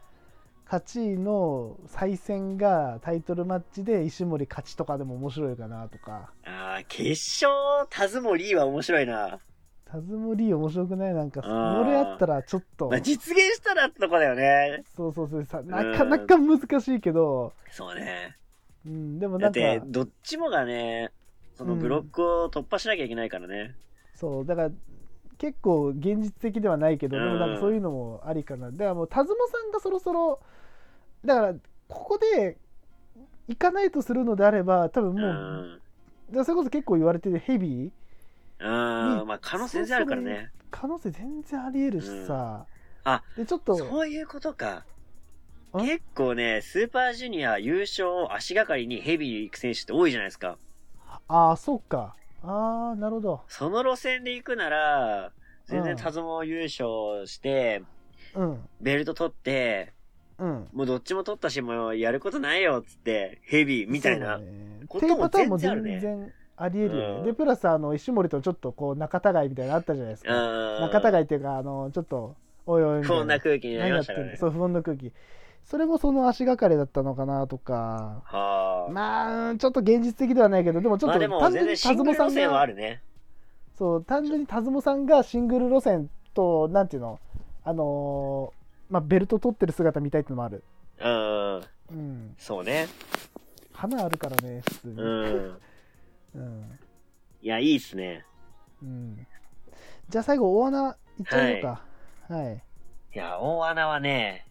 [SPEAKER 1] 勝ちの再戦がタイトルマッチで石森勝ちとかでも面白いかなとか
[SPEAKER 2] ああ、決勝、タズモリーは面白いな。
[SPEAKER 1] タズモリー面白くないなんか
[SPEAKER 2] あ
[SPEAKER 1] そ
[SPEAKER 2] ー
[SPEAKER 1] れやったらちょっと
[SPEAKER 2] まあ、実現したらってとこだよね。
[SPEAKER 1] そうそうそうさなかなか難しいけど、
[SPEAKER 2] そうね。
[SPEAKER 1] うん、でも
[SPEAKER 2] だ
[SPEAKER 1] な
[SPEAKER 2] っ
[SPEAKER 1] んか
[SPEAKER 2] て、どっちもがね、そのブロックを突破しなきゃいけないからね。
[SPEAKER 1] そうだから結構現実的ではないけど、
[SPEAKER 2] うん
[SPEAKER 1] でもなんかそういうのもありかなだからもう田妻さんがそろそろだからここで行かないとするのであれば多分
[SPEAKER 2] う
[SPEAKER 1] も
[SPEAKER 2] ん。う
[SPEAKER 1] う、
[SPEAKER 2] ん。
[SPEAKER 1] だからそれこそ結構言われてるヘビー
[SPEAKER 2] まあ、可能性全然あるからね。
[SPEAKER 1] 可能性全然ありえるしさ、
[SPEAKER 2] うんあ
[SPEAKER 1] でちょっと
[SPEAKER 2] そういうことか。
[SPEAKER 1] あ
[SPEAKER 2] 結構ね、スーパージュニア優勝を足がかりにヘビー行く選手って多いじゃないですか。
[SPEAKER 1] ああそうかああなるほど
[SPEAKER 2] その路線で行くなら、全
[SPEAKER 1] う
[SPEAKER 2] 然
[SPEAKER 1] ん
[SPEAKER 2] タズモ優勝して、
[SPEAKER 1] うん
[SPEAKER 2] ベルト取って、
[SPEAKER 1] うん
[SPEAKER 2] もうどっちも取ったし、もうやることないよ、つって、ヘビーみたいな。
[SPEAKER 1] そうだね
[SPEAKER 2] こ
[SPEAKER 1] っ
[SPEAKER 2] と
[SPEAKER 1] て
[SPEAKER 2] も
[SPEAKER 1] いうパターンも全
[SPEAKER 2] 全
[SPEAKER 1] 然ありえるよね、
[SPEAKER 2] うん
[SPEAKER 1] でプラスあの石森とちょっとこう仲違いみたいなのあったじゃないですか
[SPEAKER 2] うん。
[SPEAKER 1] 仲違いっていうかあのちょっとおいおいみたい
[SPEAKER 2] 不穏な空気にな
[SPEAKER 1] 何
[SPEAKER 2] り
[SPEAKER 1] や
[SPEAKER 2] ま
[SPEAKER 1] っ
[SPEAKER 2] してた
[SPEAKER 1] ん
[SPEAKER 2] から
[SPEAKER 1] の
[SPEAKER 2] ね。
[SPEAKER 1] そう不穏な空気それもその足がかりだったのかなとか
[SPEAKER 2] はあ。
[SPEAKER 1] まあうんちょっと現実的ではないけどでもちょっ
[SPEAKER 2] まあ
[SPEAKER 1] と
[SPEAKER 2] でも、
[SPEAKER 1] 単
[SPEAKER 2] 全
[SPEAKER 1] 純
[SPEAKER 2] 然
[SPEAKER 1] に
[SPEAKER 2] シ
[SPEAKER 1] 田
[SPEAKER 2] ング
[SPEAKER 1] 妻
[SPEAKER 2] ル
[SPEAKER 1] さ
[SPEAKER 2] 路
[SPEAKER 1] ん
[SPEAKER 2] 線はあ
[SPEAKER 1] が
[SPEAKER 2] るね。
[SPEAKER 1] そう単純に田妻さんがシングル路線となんていうのあのーまあベルト取ってる姿見たいってのもある
[SPEAKER 2] うん。
[SPEAKER 1] うん
[SPEAKER 2] そうね。
[SPEAKER 1] 花あるからね普通に
[SPEAKER 2] うん。
[SPEAKER 1] うん、
[SPEAKER 2] いや、いいっすね。
[SPEAKER 1] うんじゃあ最後大穴いっちゃおうかはい
[SPEAKER 2] いや、大穴はね、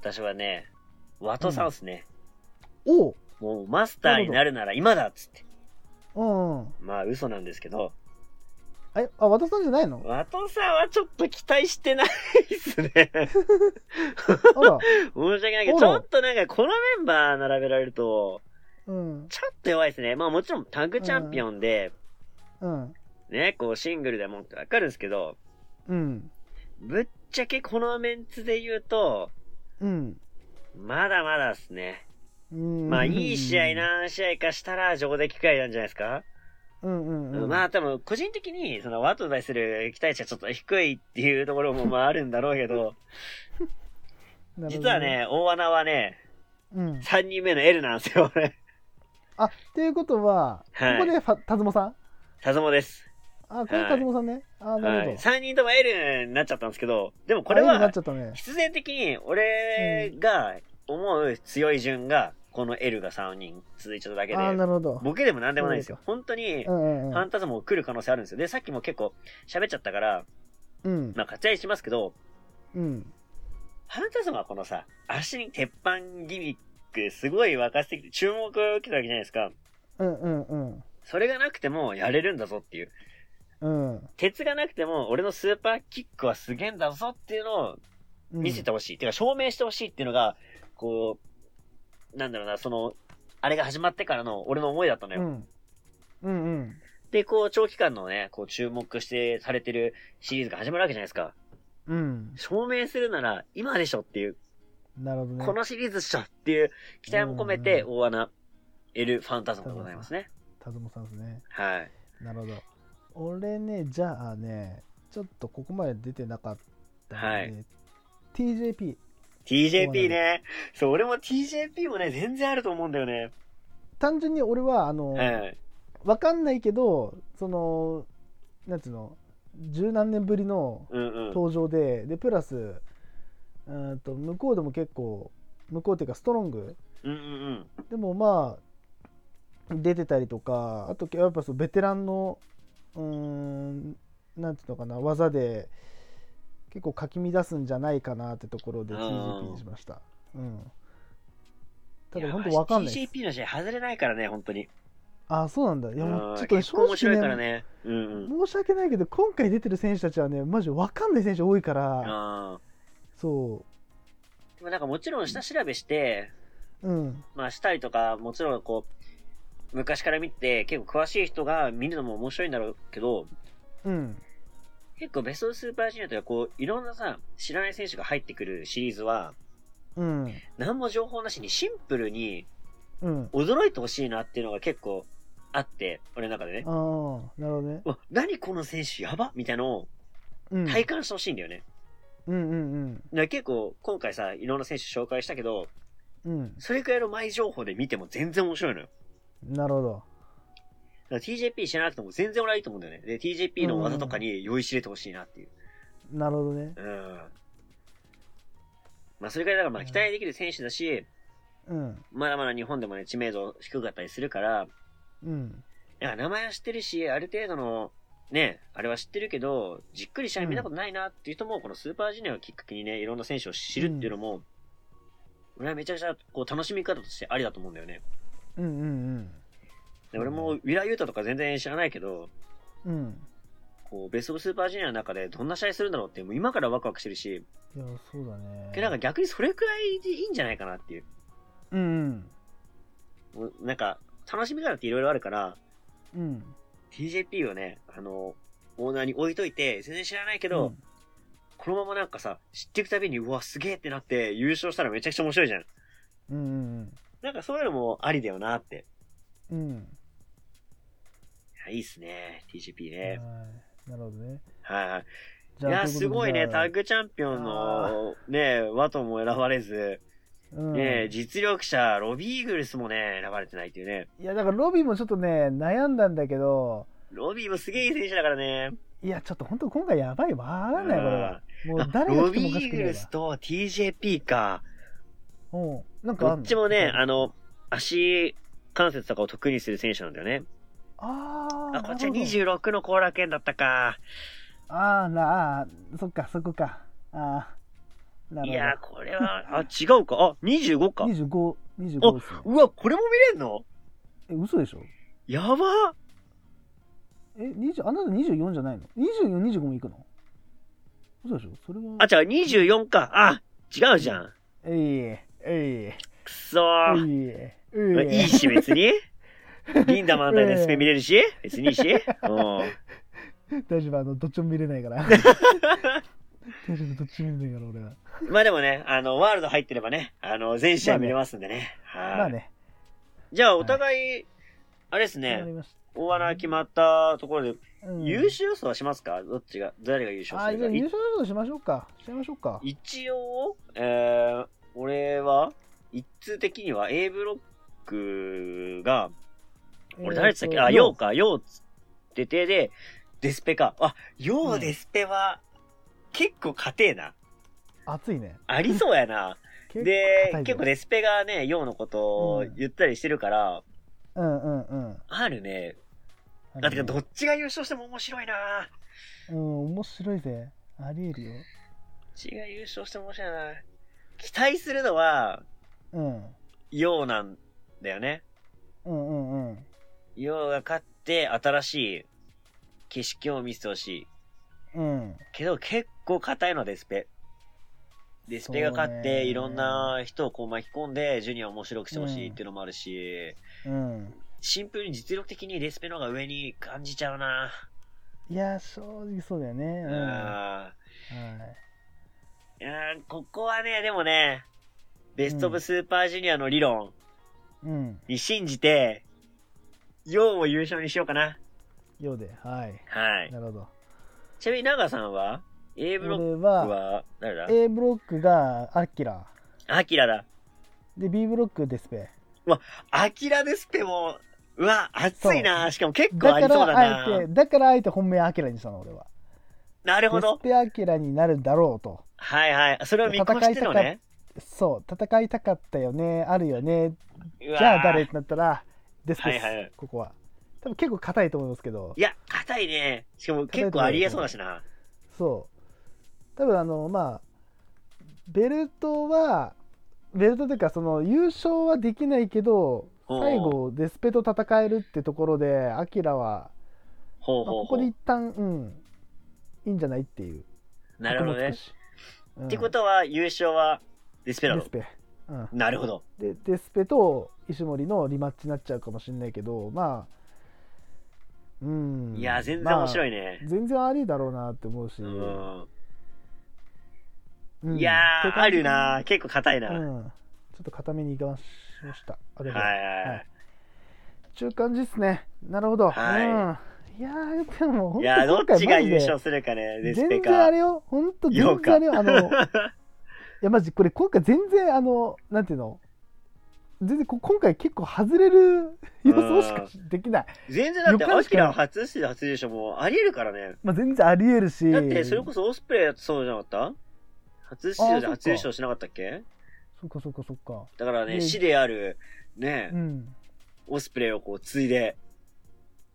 [SPEAKER 2] 私はね、ワトさんっすね。
[SPEAKER 1] おう
[SPEAKER 2] もうマスターになるなら今だっつって。
[SPEAKER 1] うんうん
[SPEAKER 2] まあ嘘なんですけど、
[SPEAKER 1] えあ渡さんじゃない の
[SPEAKER 2] ワトさんはちょっと期待してないっすね。
[SPEAKER 1] あら
[SPEAKER 2] 申し訳ないけど、
[SPEAKER 1] あ
[SPEAKER 2] ち
[SPEAKER 1] ら
[SPEAKER 2] ょっとなんかこのメンバー並べられると、
[SPEAKER 1] うん
[SPEAKER 2] ちょっと弱いですね。まあもちろんタッグチャンピオンで、
[SPEAKER 1] うん
[SPEAKER 2] ね、こうシングルでもわかるんですけど、
[SPEAKER 1] うん
[SPEAKER 2] ぶっちゃけこのメンツで言うと、
[SPEAKER 1] うん
[SPEAKER 2] まだまだっすね。
[SPEAKER 1] ま
[SPEAKER 2] まあいい試合。何試合かしたら上出来くらいなんじゃないですか、
[SPEAKER 1] うんうんうん。
[SPEAKER 2] まあ多分個人的にそのワトに対する期待値はちょっと低いっていうと ころもまああるんだろうけど、
[SPEAKER 1] なるほ
[SPEAKER 2] 実
[SPEAKER 1] ど
[SPEAKER 2] は。ね、大穴はね、
[SPEAKER 1] うん。
[SPEAKER 2] 3人目の L なんですよ、俺。
[SPEAKER 1] あ、っていうことは、
[SPEAKER 2] はい
[SPEAKER 1] ここでファタズモさん
[SPEAKER 2] 田園です。
[SPEAKER 1] あ、これ
[SPEAKER 2] はい
[SPEAKER 1] タズモさんね。あ、な
[SPEAKER 2] は
[SPEAKER 1] る
[SPEAKER 2] い。
[SPEAKER 1] ほど。
[SPEAKER 2] 3人とも L になっちゃったんですけど、でもこれ
[SPEAKER 1] あ絵になっ
[SPEAKER 2] は
[SPEAKER 1] ちゃったね。
[SPEAKER 2] 必然的に俺が思う強い順が、この L が3人続いちゃっただけ
[SPEAKER 1] あ、
[SPEAKER 2] で、
[SPEAKER 1] なるほど。
[SPEAKER 2] ボケでもなんでもないんですよ。本当に
[SPEAKER 1] う、んうんう
[SPEAKER 2] ファ
[SPEAKER 1] ん。
[SPEAKER 2] ンタズムも来る可能性あるんですよ。で、さっきも結構喋っちゃったから、
[SPEAKER 1] うん。
[SPEAKER 2] まあ活躍しますけど、
[SPEAKER 1] うん。
[SPEAKER 2] ファンタズムはこのさ、足に鉄板ギミック、すごい沸かしてきて注目を受けたわけじゃないですか。
[SPEAKER 1] うんうんうん。
[SPEAKER 2] それがなくてもやれるんだぞっていう。
[SPEAKER 1] うん。
[SPEAKER 2] 鉄がなくても俺のスーパーキックはすげえんだぞっていうのを
[SPEAKER 1] うん
[SPEAKER 2] 見せてほしい。てか証明してほしいっていうのが、こう、なんだろうな、その、あれが始まってからの俺の思いだったの
[SPEAKER 1] う
[SPEAKER 2] よ。
[SPEAKER 1] ん。うんうん。
[SPEAKER 2] で、こう、長期間のね、こう、注目してされてるシリーズが始まるわけじゃないですか。
[SPEAKER 1] うん。
[SPEAKER 2] 証明するなら今でしょっていう、
[SPEAKER 1] なるほどね。
[SPEAKER 2] このシリーズっしょっていう期待も込めて、
[SPEAKER 1] う
[SPEAKER 2] 大穴、エル・ファンタズムでございますね。
[SPEAKER 1] タズモさんですね。
[SPEAKER 2] はい。
[SPEAKER 1] なるほど。俺ね、じゃあね、ちょっとここまで出てなかったんで
[SPEAKER 2] はい。
[SPEAKER 1] TJP。
[SPEAKER 2] TJP ね。そう、俺も TJP もね、全然あると思うんだよね。
[SPEAKER 1] 単純に俺は、あの、
[SPEAKER 2] はい。
[SPEAKER 1] わかんないけどそのなんつうの十何年ぶりの
[SPEAKER 2] うんうん。
[SPEAKER 1] 登場で、でプラスうーんと向こうでも結構向こうっていうかストロング
[SPEAKER 2] うんうんうん。
[SPEAKER 1] でもまあ出てたりとかあとやっぱそうベテランのうーんなんていうのかな技で結構かき乱すんじゃないかなってところで
[SPEAKER 2] うん
[SPEAKER 1] TGP にしました。うん、た
[SPEAKER 2] い
[SPEAKER 1] だ
[SPEAKER 2] や
[SPEAKER 1] 本当わかんないです
[SPEAKER 2] TJP の試合外れないからね、本当に。
[SPEAKER 1] あ、そうなんだ。いや、も
[SPEAKER 2] う
[SPEAKER 1] うんちょっとね
[SPEAKER 2] 結構面
[SPEAKER 1] 正
[SPEAKER 2] 白い
[SPEAKER 1] 直
[SPEAKER 2] から
[SPEAKER 1] ね、
[SPEAKER 2] ね。うんうん。
[SPEAKER 1] 申し訳ないけど、今回出てる選手たちはね、マジ分かんない選手多いから、
[SPEAKER 2] あー
[SPEAKER 1] そ
[SPEAKER 2] でもなんかもちろん下調べして、
[SPEAKER 1] う、うん、
[SPEAKER 2] まあしたりとか、もちろんこう、昔から見て結構詳しい人が見るのも面白いんだろうけど、
[SPEAKER 1] うん、
[SPEAKER 2] 結構ベストスーパージュニアとかこう、いろんなさ、知らない選手が入ってくるシリーズは、
[SPEAKER 1] うん、
[SPEAKER 2] 何も情報なしにシンプルに
[SPEAKER 1] うん。
[SPEAKER 2] 驚いてほしいなっていうのが結構あって、俺の中でね。
[SPEAKER 1] ああ、なるほどね。
[SPEAKER 2] うわ、何この選手やばみたいなのを
[SPEAKER 1] うん、
[SPEAKER 2] 体感してほしいんだよね。
[SPEAKER 1] うん、うん、
[SPEAKER 2] だから結構今回さ、いろんな選手紹介したけど、
[SPEAKER 1] うん、うん、
[SPEAKER 2] それくらいの前情報で見ても全然面白いのよ。
[SPEAKER 1] なるほど。
[SPEAKER 2] だから TJP 知らなくても全然俺はいいと思うんだよね。で、TJP の技とかに酔いしれてほしいなっていう。
[SPEAKER 1] なるほどね。
[SPEAKER 2] うん。まあそれくらいだからまあ期待できる選手だし、
[SPEAKER 1] うん、
[SPEAKER 2] まだまだ日本でもね、知名度低かったりするから、
[SPEAKER 1] うん、
[SPEAKER 2] いや名前は知ってるし、ある程度の、ね、あれは知ってるけど、じっくり試合見たことないなっていう人も、このスーパージュニアをきっかけにね、いろんな選手を知るっていうのも、俺はめちゃくちゃこう楽しみ方としてありだと思うんだよね。
[SPEAKER 1] うん、うん、
[SPEAKER 2] で俺も、ウィラ・ユータとか全然知らないけど、
[SPEAKER 1] うん。うん。
[SPEAKER 2] こう、ベスト・オブ・スーパージュニアの中でどんな試合するんだろうって、もう今からワクワクしてるし、
[SPEAKER 1] いや、そうだね。
[SPEAKER 2] けどなんか逆にそれくらいでいいんじゃないかなっていう。
[SPEAKER 1] うん、
[SPEAKER 2] もうなんか、楽しみ方っていろいろあるから、
[SPEAKER 1] うん、うん。
[SPEAKER 2] TJP をね、あの、オーナーに置いといて、全然知らない
[SPEAKER 1] け
[SPEAKER 2] けど、このままなんかさ、知っていくたびに、うわ、すげえってなって、優勝したらめちゃくちゃ面白いじゃん。
[SPEAKER 1] うん、うん、
[SPEAKER 2] なんかそういうのもありだよなって。
[SPEAKER 1] うん。うん
[SPEAKER 2] いや、いいっすね。
[SPEAKER 1] は
[SPEAKER 2] TGP
[SPEAKER 1] い
[SPEAKER 2] ね。
[SPEAKER 1] なるほどね。
[SPEAKER 2] はい。い
[SPEAKER 1] じゃあと
[SPEAKER 2] や、
[SPEAKER 1] うこと
[SPEAKER 2] すごいね。
[SPEAKER 1] で
[SPEAKER 2] タッグチャンピオンの、ね、ワトも選ばれず、
[SPEAKER 1] うん
[SPEAKER 2] ね、実力者、ロビーイーグルスもね、選ばれてないっていうね。
[SPEAKER 1] いやだからロビーもちょっとね悩んだんだけど
[SPEAKER 2] ロビーもすげえいい選手だからね。
[SPEAKER 1] いやちょっと本当今回やばいわからないこれはも
[SPEAKER 2] あ
[SPEAKER 1] う誰が
[SPEAKER 2] ロ
[SPEAKER 1] 来てもお
[SPEAKER 2] ビー
[SPEAKER 1] か
[SPEAKER 2] イ
[SPEAKER 1] し
[SPEAKER 2] ー
[SPEAKER 1] く
[SPEAKER 2] グ
[SPEAKER 1] ない
[SPEAKER 2] ルスと TJP か。
[SPEAKER 1] わうんなんか
[SPEAKER 2] ど
[SPEAKER 1] あん
[SPEAKER 2] っ
[SPEAKER 1] の
[SPEAKER 2] ちもね、あの、足関節とかを得意にする選手なんだよね。
[SPEAKER 1] あー
[SPEAKER 2] あ、こっち
[SPEAKER 1] な
[SPEAKER 2] は
[SPEAKER 1] るほど
[SPEAKER 2] 26の後楽園だったか。
[SPEAKER 1] あーなあーそっかそこかあーない
[SPEAKER 2] やー、
[SPEAKER 1] る
[SPEAKER 2] これは、あ、違うか。あ、25か
[SPEAKER 1] ほ。ど2525ですよ
[SPEAKER 2] うわ、これも見れんの
[SPEAKER 1] え嘘でしょ
[SPEAKER 2] やば
[SPEAKER 1] え20あなた24じゃないの2425も行くの嘘でしょそれは
[SPEAKER 2] あ、違う、24か。あ、違うじゃん。
[SPEAKER 1] えいええ
[SPEAKER 2] くそ
[SPEAKER 1] い
[SPEAKER 2] ー。
[SPEAKER 1] ええ
[SPEAKER 2] まあ
[SPEAKER 1] ええ
[SPEAKER 2] いい し、別に。リンダマン対でスペ見れるし、別にいいし。うん。
[SPEAKER 1] 大丈夫あのどっちも見れないから 大丈夫どっちも見れないから俺は
[SPEAKER 2] まあでもね、あの、ワールド入ってればね、あの、全試合見れますんでね。
[SPEAKER 1] ま
[SPEAKER 2] は
[SPEAKER 1] あ
[SPEAKER 2] い。
[SPEAKER 1] ね
[SPEAKER 2] じゃあ、お互い、あれです
[SPEAKER 1] わかり
[SPEAKER 2] ね、
[SPEAKER 1] まし
[SPEAKER 2] 大穴決まったところで、
[SPEAKER 1] たうん
[SPEAKER 2] 優勝予想はしますかどっちが、誰が優
[SPEAKER 1] あ
[SPEAKER 2] 勝
[SPEAKER 1] ー
[SPEAKER 2] す
[SPEAKER 1] じゃあ優
[SPEAKER 2] るか。
[SPEAKER 1] 勝予想しましょうかしちゃいましょうか
[SPEAKER 2] 一応、えー、俺は、一通的には A ブロックが、俺誰っつったっけ、あ、ヨウか、ヨウつってて、で、デスペか。あ、ヨ
[SPEAKER 1] う
[SPEAKER 2] ウ、
[SPEAKER 1] ん
[SPEAKER 2] デスペは、結構硬えな。
[SPEAKER 1] 暑いね
[SPEAKER 2] ありそうやな。
[SPEAKER 1] 結
[SPEAKER 2] で、
[SPEAKER 1] 硬い
[SPEAKER 2] 結構デスペがね、ヨウのことを
[SPEAKER 1] うん
[SPEAKER 2] 言ったりしてるから、
[SPEAKER 1] うんうんうん
[SPEAKER 2] あるね。
[SPEAKER 1] あの
[SPEAKER 2] だってか、どっちが優勝しても面白いな。
[SPEAKER 1] うん面白いぜありえるよ
[SPEAKER 2] どっちが優勝しても面白いな。期待するのは、
[SPEAKER 1] うん
[SPEAKER 2] ヨウなんだよね。
[SPEAKER 1] うんうんうん
[SPEAKER 2] 要が勝って新しい景色を見せてほしい。
[SPEAKER 1] うん
[SPEAKER 2] けど結構硬いのデスペ。デスペが勝
[SPEAKER 1] そ
[SPEAKER 2] っ
[SPEAKER 1] うね
[SPEAKER 2] ていろんな人をこう巻き込んでジュニアを面白くしてほしいっていうのもあるし、
[SPEAKER 1] うん
[SPEAKER 2] シンプルに実力的にデスペの方が上に感じちゃうな。
[SPEAKER 1] いや正直そうだよねう
[SPEAKER 2] うんん。
[SPEAKER 1] はい
[SPEAKER 2] やここはね、でもね、ベストオブスーパージュニアの理
[SPEAKER 1] い
[SPEAKER 2] 論
[SPEAKER 1] うん
[SPEAKER 2] に信じて、ヨウを優勝にしようかな。
[SPEAKER 1] ようではい
[SPEAKER 2] はい。
[SPEAKER 1] なるほど
[SPEAKER 2] ちなみに長さんは ?A ブロッ
[SPEAKER 1] 俺
[SPEAKER 2] ク
[SPEAKER 1] は
[SPEAKER 2] は、誰だ
[SPEAKER 1] A ブロックがアキラ
[SPEAKER 2] アキラだ。
[SPEAKER 1] で B ブロックデスペ
[SPEAKER 2] アキラデスペも、うわ、熱いな。しかも結構あ
[SPEAKER 1] だ
[SPEAKER 2] り
[SPEAKER 1] か
[SPEAKER 2] そうだ
[SPEAKER 1] らあえ
[SPEAKER 2] な
[SPEAKER 1] て。だからあえて本命アキラにしたの俺は
[SPEAKER 2] なるほ
[SPEAKER 1] デス
[SPEAKER 2] ど。
[SPEAKER 1] ペアキラになるだろうと
[SPEAKER 2] はいはい。それを見越してのね。
[SPEAKER 1] そう戦いたかったよねあるよね
[SPEAKER 2] じ
[SPEAKER 1] じゃあ誰ってなったらデスペス、
[SPEAKER 2] はいはい
[SPEAKER 1] ここは多分結構硬いと思いますけど
[SPEAKER 2] いや、硬いね。しかも結構ありえそうだしな。
[SPEAKER 1] そう多分あのまあベルトはベルトというかその優勝はできないけど
[SPEAKER 2] うん
[SPEAKER 1] 最後デスペと戦えるってところでアキラは、
[SPEAKER 2] ほう
[SPEAKER 1] まあ
[SPEAKER 2] ほう
[SPEAKER 1] ここ
[SPEAKER 2] ほう
[SPEAKER 1] で一旦うんいいんじゃないっていう
[SPEAKER 2] なるほど
[SPEAKER 1] 箔
[SPEAKER 2] ね
[SPEAKER 1] も。つくしうん
[SPEAKER 2] ってことは、優勝はデスペラ
[SPEAKER 1] デ
[SPEAKER 2] ー
[SPEAKER 1] ス
[SPEAKER 2] ド。
[SPEAKER 1] ペ、うん、
[SPEAKER 2] なるほど。
[SPEAKER 1] でデスペと石森のリマッチになっちゃうかもしれないけどまあうん
[SPEAKER 2] いや、全然面白
[SPEAKER 1] い、
[SPEAKER 2] いね
[SPEAKER 1] まあ。全然ありだろうなって思うし、
[SPEAKER 2] う。
[SPEAKER 1] うんん
[SPEAKER 2] いや
[SPEAKER 1] って
[SPEAKER 2] ー、
[SPEAKER 1] 感
[SPEAKER 2] あ
[SPEAKER 1] じ
[SPEAKER 2] るな結構硬いな。はい
[SPEAKER 1] うん、ちょっと固めにいかしましたあれ
[SPEAKER 2] はいは
[SPEAKER 1] はいい。中間ですねなるほど、
[SPEAKER 2] はい
[SPEAKER 1] うん、いやーでも本
[SPEAKER 2] いやー、どっちが優
[SPEAKER 1] マ
[SPEAKER 2] 勝
[SPEAKER 1] ジ
[SPEAKER 2] するかね、
[SPEAKER 1] で
[SPEAKER 2] デスペ
[SPEAKER 1] 全然あ
[SPEAKER 2] か。
[SPEAKER 1] れよ本当全
[SPEAKER 2] よう
[SPEAKER 1] 然
[SPEAKER 2] か
[SPEAKER 1] あれよあの いやマジこれ今回全然あのなんていうの全然こ今回結構外れる予想しかしできない、
[SPEAKER 2] 全然だって、
[SPEAKER 1] よか
[SPEAKER 2] ア
[SPEAKER 1] った
[SPEAKER 2] キラは初出場、初優勝もありえるからね。
[SPEAKER 1] まあ、全然ありえるし
[SPEAKER 2] だって、それこそオスプレイだってそうじゃなかった初出場で
[SPEAKER 1] あーそっか
[SPEAKER 2] 初優勝しなかったっけ
[SPEAKER 1] そっかそっかそっか
[SPEAKER 2] だからね、
[SPEAKER 1] ね
[SPEAKER 2] 死である、ね
[SPEAKER 1] う、ん
[SPEAKER 2] オスプレイをこう、継いで。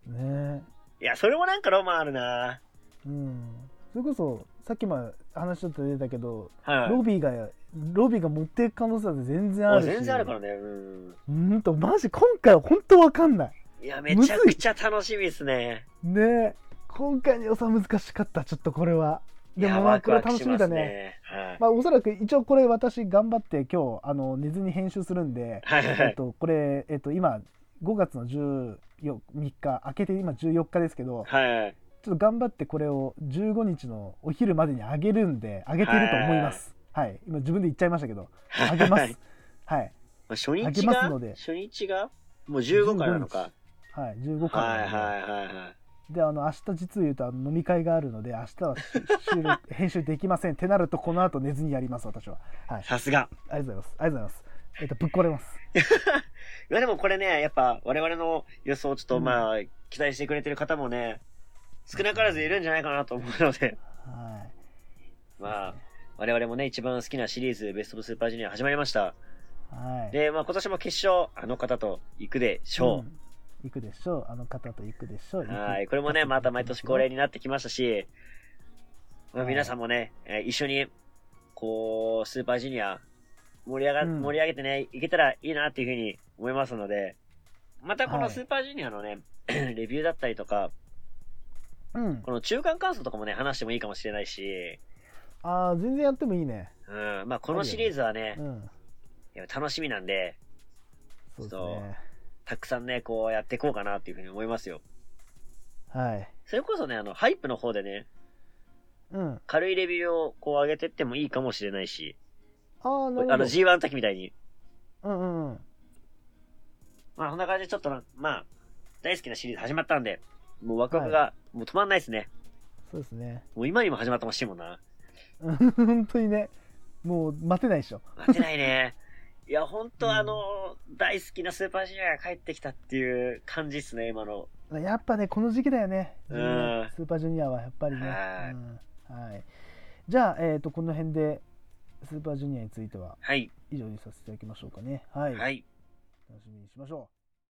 [SPEAKER 1] ね
[SPEAKER 2] いや、それもなんかロマンあるな
[SPEAKER 1] えうんそれこそさっきまで話しちょっと出たけど、
[SPEAKER 2] はい
[SPEAKER 1] ロ。ビーがロビーが持っていく可能性だって全然あ
[SPEAKER 2] あ
[SPEAKER 1] るし
[SPEAKER 2] 全然あるからね。うん。
[SPEAKER 1] うんとマジ今回は本当わかんない
[SPEAKER 2] いや、めちゃくちゃ楽しみですね。
[SPEAKER 1] ねえ今回の予想は難しかったちょっとこれはいで
[SPEAKER 2] や
[SPEAKER 1] もま
[SPEAKER 2] ワ
[SPEAKER 1] あこ
[SPEAKER 2] ク
[SPEAKER 1] れ
[SPEAKER 2] ワ
[SPEAKER 1] は
[SPEAKER 2] ク
[SPEAKER 1] 楽
[SPEAKER 2] し
[SPEAKER 1] しみ
[SPEAKER 2] ま
[SPEAKER 1] だ
[SPEAKER 2] す
[SPEAKER 1] ね
[SPEAKER 2] ね。はい
[SPEAKER 1] まあおそらく一応これ私頑張って今日あの寝ずに編集するんで、
[SPEAKER 2] はいはいは
[SPEAKER 1] えっ
[SPEAKER 2] い。
[SPEAKER 1] とこれえっと今5月の14 3日明けて今14日ですけど、
[SPEAKER 2] はいはい。
[SPEAKER 1] ちょっと頑張ってこれを15日のお昼までにあげるんで、あげてると思います。はい、今自分で言っちゃいましたけど、あげま
[SPEAKER 2] はい
[SPEAKER 1] す。はい、
[SPEAKER 2] まあ初
[SPEAKER 1] あ
[SPEAKER 2] 日
[SPEAKER 1] げます
[SPEAKER 2] が
[SPEAKER 1] ので
[SPEAKER 2] 初日がもう15からなのか。
[SPEAKER 1] はい、15回、
[SPEAKER 2] はいはいはいはい。
[SPEAKER 1] で、あの明日実を言うとあの飲み会があるので、明日はし収録編集できません。ってなるとこの後寝ずにやります私は。はい、
[SPEAKER 2] さすが。
[SPEAKER 1] ありがとうございます。ありがとうございます。えっとぶっ壊れます。
[SPEAKER 2] いやでもこれね、やっぱ我々の予想をちょっと
[SPEAKER 1] うん
[SPEAKER 2] まあ、期待してくれてる方もね、少なからずいるんじゃないかなと思うので、
[SPEAKER 1] はい。
[SPEAKER 2] まあ、我々もね、一番好きなシリーズ、ベストオブスーパージュニア始まりました。
[SPEAKER 1] はい。
[SPEAKER 2] で、まあ今年も決勝、あの方と行くでしょう。
[SPEAKER 1] ん行くでしょう。あの方と行くでしょう。
[SPEAKER 2] はい。これもね、また毎年恒例
[SPEAKER 1] に。
[SPEAKER 2] になってきましたし、ま
[SPEAKER 1] は
[SPEAKER 2] あ、
[SPEAKER 1] い
[SPEAKER 2] 皆さんもね、えー一緒に、こう、スーパージュニア、盛り上が、
[SPEAKER 1] うん
[SPEAKER 2] 盛り上げてね、いけたらいいなっていうふうに思いますので、またこの
[SPEAKER 1] はい
[SPEAKER 2] スーパージュニアのね、 レビューだったりとか、
[SPEAKER 1] うん
[SPEAKER 2] こ。の中間感想とかもね、話してもいいかもしれないし、
[SPEAKER 1] ああ、全然やってもいいね。
[SPEAKER 2] うん、まあこのシリーズはね
[SPEAKER 1] う、ん。
[SPEAKER 2] いや楽しみなんで、
[SPEAKER 1] そうです
[SPEAKER 2] そ
[SPEAKER 1] ね。
[SPEAKER 2] たくさんね、こうやっていこうかなっていうふうに思いますよ。
[SPEAKER 1] はい。
[SPEAKER 2] それこそね、あの、ハイプの方でね、
[SPEAKER 1] うん。
[SPEAKER 2] 軽いレビューをこう上げてってもいいかもしれないし、
[SPEAKER 1] ああ、なる
[SPEAKER 2] あ
[SPEAKER 1] ほ
[SPEAKER 2] の
[SPEAKER 1] ど。
[SPEAKER 2] G1 の時みたいに。
[SPEAKER 1] うんうんうん。
[SPEAKER 2] まあ、こんな感じでちょっとな、まあ、大好きなシリーズ始まったんで、もうワクワクが、もう止まんないですね。
[SPEAKER 1] そうですね。
[SPEAKER 2] もう今にも始まってほしいもんな。
[SPEAKER 1] うん 本当にね。もう待てないでしょ。
[SPEAKER 2] 待てないね。 いや、ほん
[SPEAKER 1] う
[SPEAKER 2] と
[SPEAKER 1] ん
[SPEAKER 2] あの、大好きなスーパージュニアが帰ってきたっていう感じっすね、今の。
[SPEAKER 1] やっぱね、この時期だよね。
[SPEAKER 2] うん
[SPEAKER 1] スーパージュニアはやっぱりね。
[SPEAKER 2] はい
[SPEAKER 1] うんはい。じゃあ、えっと、この辺で、スーパージュニアについては
[SPEAKER 2] はい、
[SPEAKER 1] 以上にさせていただきましょうかね。はい。
[SPEAKER 2] はい。
[SPEAKER 1] 楽しみにしましょう。